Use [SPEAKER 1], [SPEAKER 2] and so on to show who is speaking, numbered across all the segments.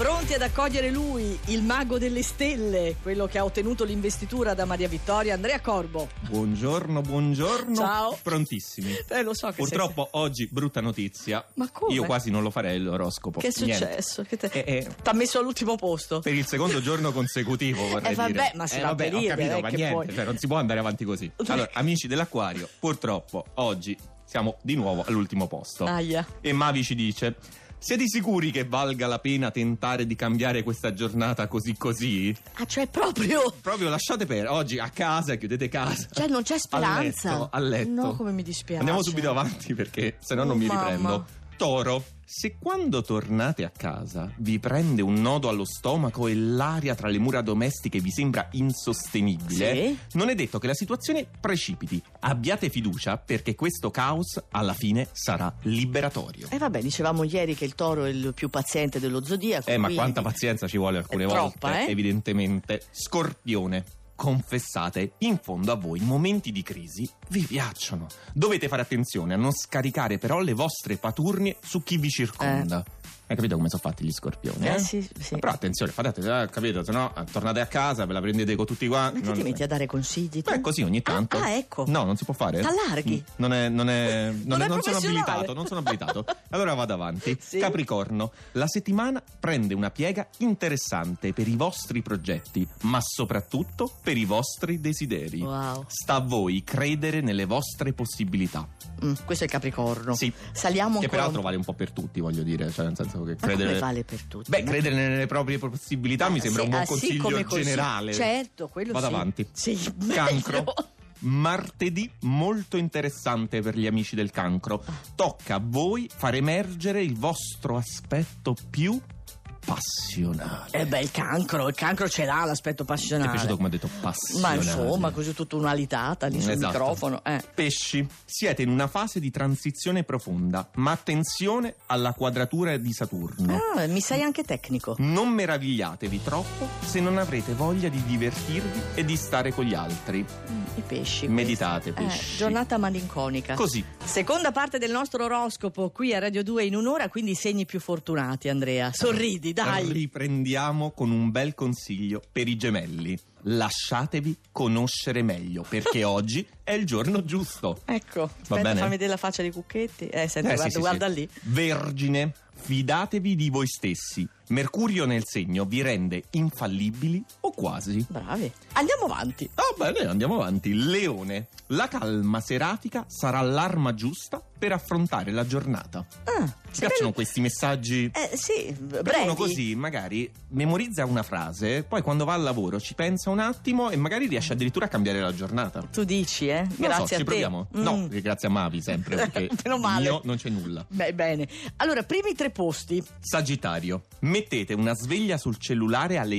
[SPEAKER 1] pronti ad accogliere lui, il mago delle stelle, quello che ha ottenuto l'investitura da Maria Vittoria, Andrea Corbo.
[SPEAKER 2] Buongiorno, buongiorno.
[SPEAKER 1] Ciao.
[SPEAKER 2] Prontissimi.
[SPEAKER 1] Eh, lo so che
[SPEAKER 2] Purtroppo oggi brutta notizia.
[SPEAKER 1] Ma come?
[SPEAKER 2] Io quasi non lo farei l'oroscopo.
[SPEAKER 1] sei... Che è
[SPEAKER 2] Niente.
[SPEAKER 1] successo? Che te...
[SPEAKER 2] Eh, eh,
[SPEAKER 1] T'ha messo all'ultimo posto.
[SPEAKER 2] per il secondo giorno consecutivo vorrei
[SPEAKER 1] Eh, vabbè,
[SPEAKER 2] dire.
[SPEAKER 1] ma si
[SPEAKER 2] Eh,
[SPEAKER 1] va
[SPEAKER 2] vabbè,
[SPEAKER 1] per
[SPEAKER 2] ho
[SPEAKER 1] dire,
[SPEAKER 2] capito,
[SPEAKER 1] eh,
[SPEAKER 2] ma
[SPEAKER 1] che
[SPEAKER 2] niente,
[SPEAKER 1] puoi.
[SPEAKER 2] cioè, non si può andare avanti così. Allora, amici dell'acquario, purtroppo oggi siamo di nuovo all'ultimo posto.
[SPEAKER 1] Aia.
[SPEAKER 2] E Mavi ci dice: Siete sicuri che valga la pena tentare di cambiare questa giornata così così?
[SPEAKER 3] Ah, cioè proprio.
[SPEAKER 2] Proprio lasciate per oggi a casa, chiudete casa.
[SPEAKER 3] Cioè non c'è speranza.
[SPEAKER 2] A letto, a letto.
[SPEAKER 1] No, come mi dispiace.
[SPEAKER 2] Andiamo subito avanti perché se no non
[SPEAKER 1] Oh,
[SPEAKER 2] mi
[SPEAKER 1] mamma.
[SPEAKER 2] riprendo. Toro, se quando tornate a casa vi prende un nodo allo stomaco e l'aria tra le mura domestiche vi sembra insostenibile,
[SPEAKER 1] Sì?
[SPEAKER 2] non è detto che la situazione precipiti. Abbiate fiducia perché questo caos alla fine sarà liberatorio.
[SPEAKER 3] E Eh, vabbè, dicevamo ieri che il toro è il più paziente dello zodiaco.
[SPEAKER 2] Eh, ma
[SPEAKER 3] quindi-
[SPEAKER 2] quanta pazienza ci vuole alcune
[SPEAKER 3] È troppa,
[SPEAKER 2] volte,
[SPEAKER 3] eh?
[SPEAKER 2] evidentemente. Scorpione. Confessate, in fondo a voi momenti di crisi vi piacciono. Dovete fare attenzione a non scaricare però le vostre paturnie su chi vi circonda. Hai capito come sono fatti gli scorpioni?
[SPEAKER 3] Eh, sì, sì.
[SPEAKER 2] Però attenzione, fate attenzione, eh, capito, se no eh, tornate a casa, ve la prendete con tutti quanti.
[SPEAKER 3] Ma che
[SPEAKER 2] non-
[SPEAKER 3] ti metti a dare consigli? tu?
[SPEAKER 2] Beh, così ogni tanto.
[SPEAKER 3] Ah, ah, ecco.
[SPEAKER 2] No, non si può fare.
[SPEAKER 3] T'allarghi.
[SPEAKER 2] Mm, Non è. Non, è, non,
[SPEAKER 1] Non
[SPEAKER 2] è-
[SPEAKER 1] è
[SPEAKER 2] non sono
[SPEAKER 1] professionale.
[SPEAKER 2] abilitato. Non sono abilitato. Allora vado avanti.
[SPEAKER 1] Sì.
[SPEAKER 2] Capricorno. La settimana prende una piega interessante per i vostri progetti, ma soprattutto per i vostri desideri.
[SPEAKER 3] Wow.
[SPEAKER 2] Sta a voi credere nelle vostre possibilità.
[SPEAKER 3] Mm, questo è il Capricorno.
[SPEAKER 2] Sì.
[SPEAKER 3] Saliamo
[SPEAKER 2] Che
[SPEAKER 3] ancora.
[SPEAKER 2] peraltro
[SPEAKER 3] un-
[SPEAKER 2] vale un po' per tutti, voglio dire. Cioè, nel senso
[SPEAKER 3] Ma
[SPEAKER 2] che
[SPEAKER 3] come
[SPEAKER 2] credere.
[SPEAKER 3] vale per tutti.
[SPEAKER 2] Beh,
[SPEAKER 3] Ma-
[SPEAKER 2] credere nelle proprie possibilità mi sembra
[SPEAKER 3] Sì,
[SPEAKER 2] un buon
[SPEAKER 3] ah, sì,
[SPEAKER 2] consiglio
[SPEAKER 3] come consiglio.
[SPEAKER 2] generale.
[SPEAKER 1] Certo, quello
[SPEAKER 2] Vado
[SPEAKER 1] sì.
[SPEAKER 2] avanti.
[SPEAKER 1] Sì,
[SPEAKER 2] Cancro.
[SPEAKER 1] meglio.
[SPEAKER 2] Martedì molto interessante per gli amici del cancro. Tocca a voi far emergere il vostro aspetto più passionale.
[SPEAKER 3] Eh beh, il cancro, il cancro ce l'ha l'aspetto
[SPEAKER 2] Ti è
[SPEAKER 3] passionale.
[SPEAKER 2] piaciuto come ho detto
[SPEAKER 3] Ah, Ma
[SPEAKER 2] passionale?
[SPEAKER 3] insomma, così tutta un'alitata lì sul
[SPEAKER 2] Esatto.
[SPEAKER 3] microfono. Eh.
[SPEAKER 2] Pesci, siete in una fase di transizione profonda, ma attenzione alla quadratura di Saturno.
[SPEAKER 3] Ah, mi sei anche tecnico.
[SPEAKER 2] Non meravigliatevi troppo se non avrete voglia di divertirvi e di stare con gli altri.
[SPEAKER 3] Mm, I pesci.
[SPEAKER 2] Meditate,
[SPEAKER 3] questi. Eh,
[SPEAKER 2] pesci.
[SPEAKER 3] giornata malinconica.
[SPEAKER 2] Così.
[SPEAKER 3] Seconda parte del nostro oroscopo qui a Radio 2 in un'ora, quindi i segni più fortunati, Andrea.
[SPEAKER 2] Eh,
[SPEAKER 3] Sorridi, dai.
[SPEAKER 2] Riprendiamo con un bel consiglio per i gemelli. Lasciatevi conoscere meglio, perché oggi è il giorno giusto.
[SPEAKER 3] Ecco, aspetta,
[SPEAKER 2] bene?
[SPEAKER 3] fammi vedere la faccia di Cucchetti. Eh, senti,
[SPEAKER 2] Eh, sì,
[SPEAKER 3] guarda,
[SPEAKER 2] sì, sì.
[SPEAKER 3] guarda lì.
[SPEAKER 2] Vergine, fidatevi di voi stessi. Mercurio nel segno vi rende infallibili o quasi.
[SPEAKER 3] Bravi. Andiamo avanti.
[SPEAKER 2] Oh, bene, andiamo avanti. Leone, la calma serafica sarà l'arma giusta per affrontare la giornata.
[SPEAKER 3] Ah,
[SPEAKER 2] Ti piacciono questi messaggi?
[SPEAKER 3] Eh, sì,
[SPEAKER 2] Perché
[SPEAKER 3] brevi.
[SPEAKER 2] Uno così magari memorizza una frase, poi quando va al lavoro ci pensa un attimo e magari riesce addirittura a cambiare la giornata. Non
[SPEAKER 3] Tu dici, eh?
[SPEAKER 2] lo
[SPEAKER 3] Grazie
[SPEAKER 2] so,
[SPEAKER 3] a
[SPEAKER 2] ci
[SPEAKER 3] te.
[SPEAKER 2] proviamo.
[SPEAKER 3] Mm.
[SPEAKER 2] No, eh, grazie a Mavi sempre, perché
[SPEAKER 3] Meno male.
[SPEAKER 2] io non c'è nulla.
[SPEAKER 3] Beh, bene. Allora, primi tre posti.
[SPEAKER 2] Sagittario, mettete una sveglia sul cellulare alle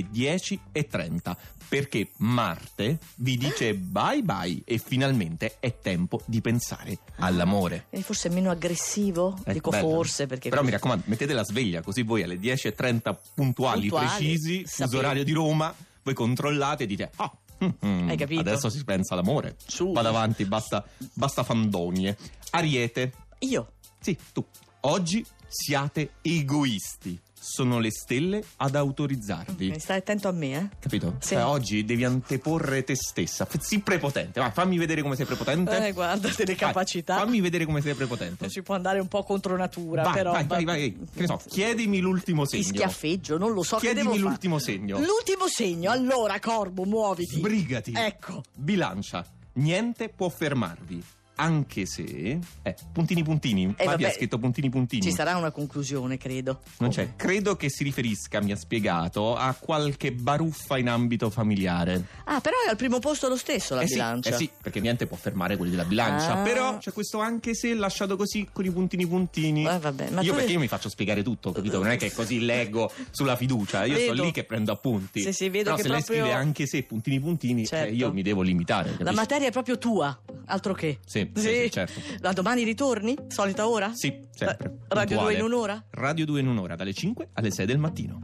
[SPEAKER 2] 10.30 perché Marte vi dice bye bye e finalmente è tempo di pensare all'amore.
[SPEAKER 3] E Eh, forse è meno aggressivo?
[SPEAKER 2] Ecco,
[SPEAKER 3] Dico
[SPEAKER 2] bello.
[SPEAKER 3] forse perché.
[SPEAKER 2] Però mi raccomando, mettete la sveglia così voi alle 10.30 puntuali,
[SPEAKER 3] Puntuali,
[SPEAKER 2] precisi,
[SPEAKER 3] sapete.
[SPEAKER 2] fuso orario di Roma, voi controllate e dite ah, mm, mm,
[SPEAKER 3] Hai capito?
[SPEAKER 2] adesso si pensa all'amore.
[SPEAKER 3] Su.
[SPEAKER 2] Vado avanti, basta, basta fandonie. Ariete,
[SPEAKER 3] Io.
[SPEAKER 2] sì, tu. Oggi siate egoisti. Sono le stelle ad autorizzarvi.
[SPEAKER 3] Stai attento a me, eh?
[SPEAKER 2] Capito?
[SPEAKER 3] Sì.
[SPEAKER 2] Cioè, oggi devi anteporre te stessa. F- Sii prepotente. Vai, fammi vedere come sei prepotente.
[SPEAKER 3] Eh, guarda, delle
[SPEAKER 2] Vai,
[SPEAKER 3] capacità.
[SPEAKER 2] Fammi vedere come sei prepotente.
[SPEAKER 3] Non si può andare un po' contro natura,
[SPEAKER 2] Vai,
[SPEAKER 3] però.
[SPEAKER 2] vai, vai, vai. Che ne so, chiedimi l'ultimo segno.
[SPEAKER 3] Ti schiaffeggio, non lo so che
[SPEAKER 2] Chiedimi
[SPEAKER 3] devo fare.
[SPEAKER 2] l'ultimo segno.
[SPEAKER 3] L'ultimo segno, allora Corbo, muoviti.
[SPEAKER 2] Sbrigati.
[SPEAKER 3] Ecco.
[SPEAKER 2] Bilancia. Niente può fermarvi. Anche se. Eh, puntini puntini.
[SPEAKER 3] Eh,
[SPEAKER 2] Fabio
[SPEAKER 3] vabbè.
[SPEAKER 2] ha scritto puntini puntini.
[SPEAKER 3] Ci sarà una conclusione, credo.
[SPEAKER 2] Non c'è. Credo che si riferisca, mi ha spiegato, a qualche baruffa in ambito familiare.
[SPEAKER 3] Ah, però è al primo posto lo stesso la
[SPEAKER 2] eh
[SPEAKER 3] bilancia.
[SPEAKER 2] Sì, eh sì, perché niente può fermare quelli della bilancia.
[SPEAKER 3] Ah.
[SPEAKER 2] Però c'è questo anche se lasciato così con i puntini puntini.
[SPEAKER 3] Eh, vabbè, ma
[SPEAKER 2] io
[SPEAKER 3] tu-
[SPEAKER 2] perché io mi faccio spiegare tutto, capito? Non è che così leggo sulla fiducia. Io
[SPEAKER 3] Vedo.
[SPEAKER 2] sto lì che prendo appunti.
[SPEAKER 3] Sì, sì, vedo
[SPEAKER 2] Però
[SPEAKER 3] che
[SPEAKER 2] se
[SPEAKER 3] proprio-
[SPEAKER 2] lei scrive anche se puntini puntini, cioè,
[SPEAKER 3] Certo.
[SPEAKER 2] io mi devo limitare.
[SPEAKER 3] La
[SPEAKER 2] capisci?
[SPEAKER 3] materia è proprio tua, altro che.
[SPEAKER 2] Sì, sì, sì, certo.
[SPEAKER 3] Da domani ritorni? Solita ora?
[SPEAKER 2] Sì, sempre.
[SPEAKER 3] Radio 2
[SPEAKER 2] puntuale.
[SPEAKER 3] in un'ora?
[SPEAKER 2] Radio 2 in un'ora, dalle 5 alle 6 del mattino.